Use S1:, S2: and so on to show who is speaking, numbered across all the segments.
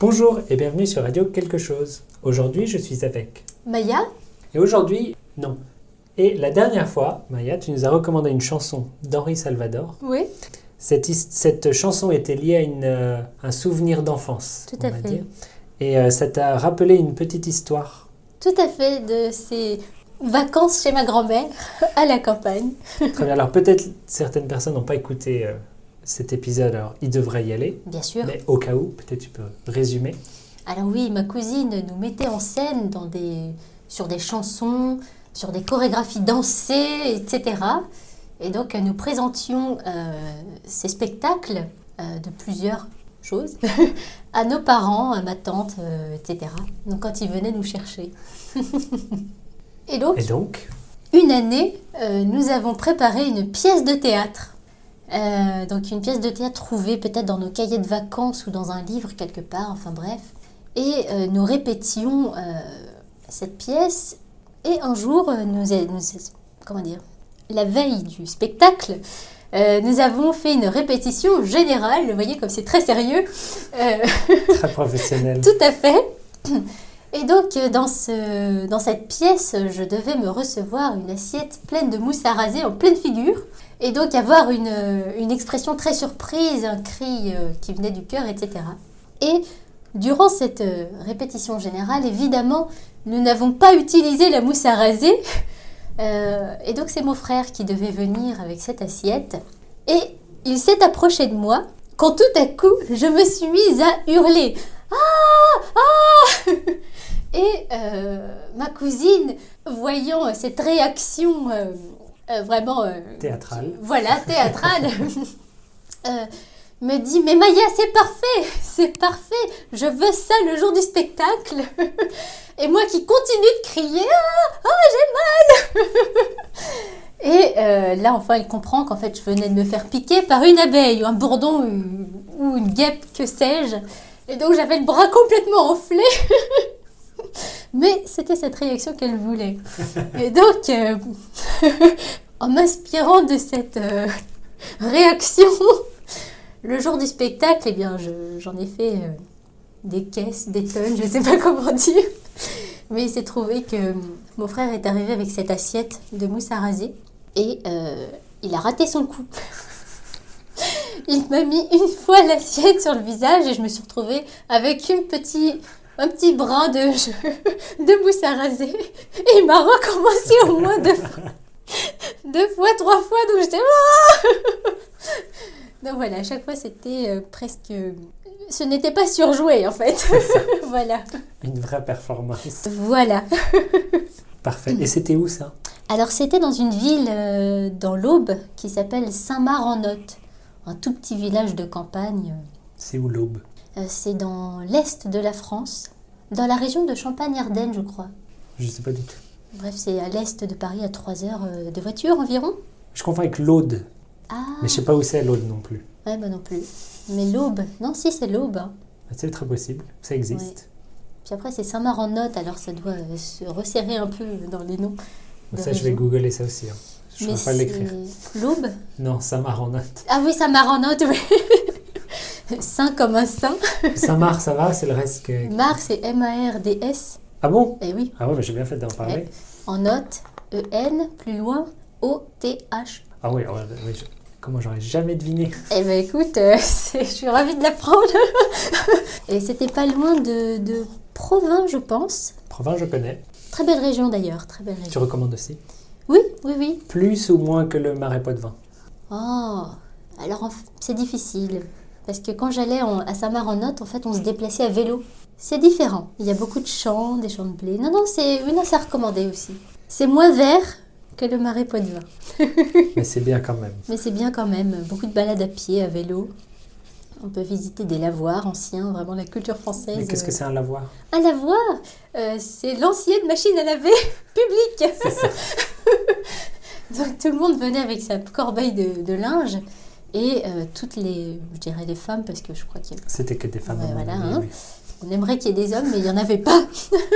S1: Bonjour et bienvenue sur Radio Quelque chose. Aujourd'hui, je suis avec.
S2: Maya
S1: Et aujourd'hui, non. Et la dernière fois, Maya, tu nous as recommandé une chanson d'Henri Salvador.
S2: Oui,
S1: Cette, his- cette chanson était liée à une, euh, un souvenir d'enfance.
S2: Tout
S1: on
S2: à
S1: va
S2: fait.
S1: dire. Et euh, ça t'a rappelé une petite histoire.
S2: tout à fait, de ces vacances chez ma grand-mère à la campagne.
S1: Très bien. Alors peut-être certaines personnes n'ont pas écouté euh, cet épisode, alors ils devraient y aller.
S2: Bien sûr.
S1: Mais au cas où, peut-être tu peux résumer.
S2: Alors oui, ma cousine nous mettait en scène dans des... sur des chansons, sur des chorégraphies dansées, etc. Et donc euh, nous présentions euh, ces spectacles euh, de plusieurs choses à nos parents, à ma tante, euh, etc. Donc quand ils venaient nous chercher. Et donc,
S1: Et donc,
S2: une année, euh, nous avons préparé une pièce de théâtre. Euh, donc une pièce de théâtre trouvée peut-être dans nos cahiers de vacances ou dans un livre quelque part, enfin bref. Et euh, nous répétions euh, cette pièce. Et un jour, euh, nous, a- nous a- comment dire, la veille du spectacle, euh, nous avons fait une répétition générale. Vous voyez comme c'est très sérieux. Euh,
S1: très professionnel.
S2: tout à fait. Et donc, euh, dans, ce, dans cette pièce, euh, je devais me recevoir une assiette pleine de mousse à raser en pleine figure. Et donc, avoir une, euh, une expression très surprise, un cri euh, qui venait du cœur, etc. Et durant cette euh, répétition générale, évidemment, nous n'avons pas utilisé la mousse à raser. Euh, et donc, c'est mon frère qui devait venir avec cette assiette. Et il s'est approché de moi quand tout à coup, je me suis mise à hurler. Ah Et euh, ma cousine, voyant euh, cette réaction euh, euh, vraiment... euh,
S1: Théâtrale.
S2: Voilà, théâtrale. euh, me dit, mais Maya, c'est parfait, c'est parfait, je veux ça le jour du spectacle. Et moi qui continue de crier, ah, ah, j'ai mal. Et euh, là, enfin, elle comprend qu'en fait, je venais de me faire piquer par une abeille, ou un bourdon, ou, ou une guêpe, que sais-je. Et donc, j'avais le bras complètement enflé. Mais c'était cette réaction qu'elle voulait. Et donc, euh, en m'inspirant de cette euh, réaction, le jour du spectacle, eh bien, je- j'en ai fait euh, des caisses, des tonnes, je ne sais pas comment dire. Mais il s'est trouvé que euh, mon frère est arrivé avec cette assiette de mousse à raser et euh, il a raté son coup. Il m'a mis une fois l'assiette sur le visage et je me suis retrouvée avec une petite, un petit brin de, de mousse à raser. Et il m'a recommencé au moins deux fois. Deux fois, trois fois, donc j'étais... Ah donc voilà, à chaque fois c'était euh, presque... Ce n'était pas surjoué en fait. voilà.
S1: Une vraie performance.
S2: Voilà.
S1: Parfait. Et c'était où ça
S2: Alors c'était dans une ville euh, dans l'Aube qui s'appelle Saint-Mars-en-Otte, un tout petit village de campagne.
S1: C'est où l'aube
S2: Euh, c'est dans l'est de la France, dans la région de Champagne-Ardenne, je crois.
S1: Je sais pas du tout.
S2: Bref, c'est à l'est de Paris, à 3 heures euh, de voiture environ.
S1: Je confonds avec l'Aude,
S2: Ah,
S1: mais je sais pas où c'est l'Aude non plus.
S2: ouais, moi non plus. Mais l'Aube, non, si c'est l'Aube. hein.
S1: Ah, C'est très possible, ça existe.
S2: Puis après, c'est Saint-Mars-en-Otte, alors ça doit euh, se resserrer un peu dans les noms.
S1: Donc
S2: de
S1: ça, je vais
S2: région.
S1: googler ça aussi. hein. Je ne
S2: Mais
S1: peux pas l'écrire.
S2: c'est L'Aube
S1: Non, Samar en note.
S2: Ah oui, Saint-Mars en note, oui. Saint comme un saint.
S1: Samar, ça va, c'est le reste que.
S2: Mars, c'est M-A-R-D-S.
S1: Ah bon
S2: Et Eh oui,
S1: Ah ouais, mais j'ai bien fait d'en parler.
S2: en note, E-N, plus loin, O-T-H.
S1: Ah oui, ah ouais, oui, je- comment j'aurais jamais deviné
S2: Eh ben écoute, euh, c'est- je suis ravie de l'apprendre. Et c'était pas loin de, de Provins, je pense.
S1: Provins, je connais.
S2: Très belle région d'ailleurs, très belle
S1: Tu
S2: région.
S1: recommandes aussi
S2: Oui, oui, oui.
S1: Plus ou moins que le marais de vin
S2: Oh, alors en f- c'est difficile. Parce que quand j'allais en- à Saint-Mars-en-Otte, en fait, on se déplaçait à vélo. C'est différent. Il y a beaucoup de champs, des champs de blé. Non, non, c'est une assez recommandée aussi. C'est moins vert que le marais Poitevin.
S1: Mais c'est bien quand même.
S2: Mais c'est bien quand même, beaucoup de balades à pied, à vélo. On peut visiter des lavoirs anciens, vraiment la culture française.
S1: Mais qu'est-ce que c'est un lavoir
S2: Un lavoir, euh, c'est l'ancienne machine à laver publique. Donc tout le monde venait avec sa corbeille de, de linge et euh, toutes les, je dirais les femmes, parce que je crois qu'il y a
S1: C'était que des femmes.
S2: Ouais,
S1: à mon
S2: voilà,
S1: avis,
S2: hein.
S1: oui.
S2: on aimerait qu'il y ait des hommes, mais il n'y en avait pas.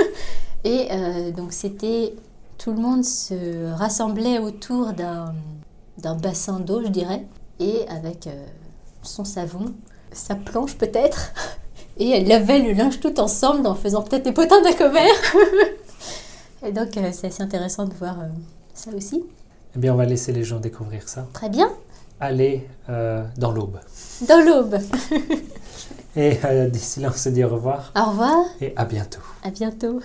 S2: et euh, donc c'était... Tout le monde se rassemblait autour d'un d'un bassin d'eau, je dirais, et avec euh, son savon, sa planche peut-être, et elles lavaient le linge tout ensemble en faisant peut-être des potins d'un couvert. et donc euh, c'est assez intéressant de voir euh, ça aussi.
S1: Eh bien, on va laisser les gens découvrir ça.
S2: Très bien.
S1: Allez euh, dans l'aube.
S2: Dans l'aube.
S1: Et euh, d'ici là, on se dit au revoir
S2: Au revoir.
S1: et à bientôt.
S2: À bientôt.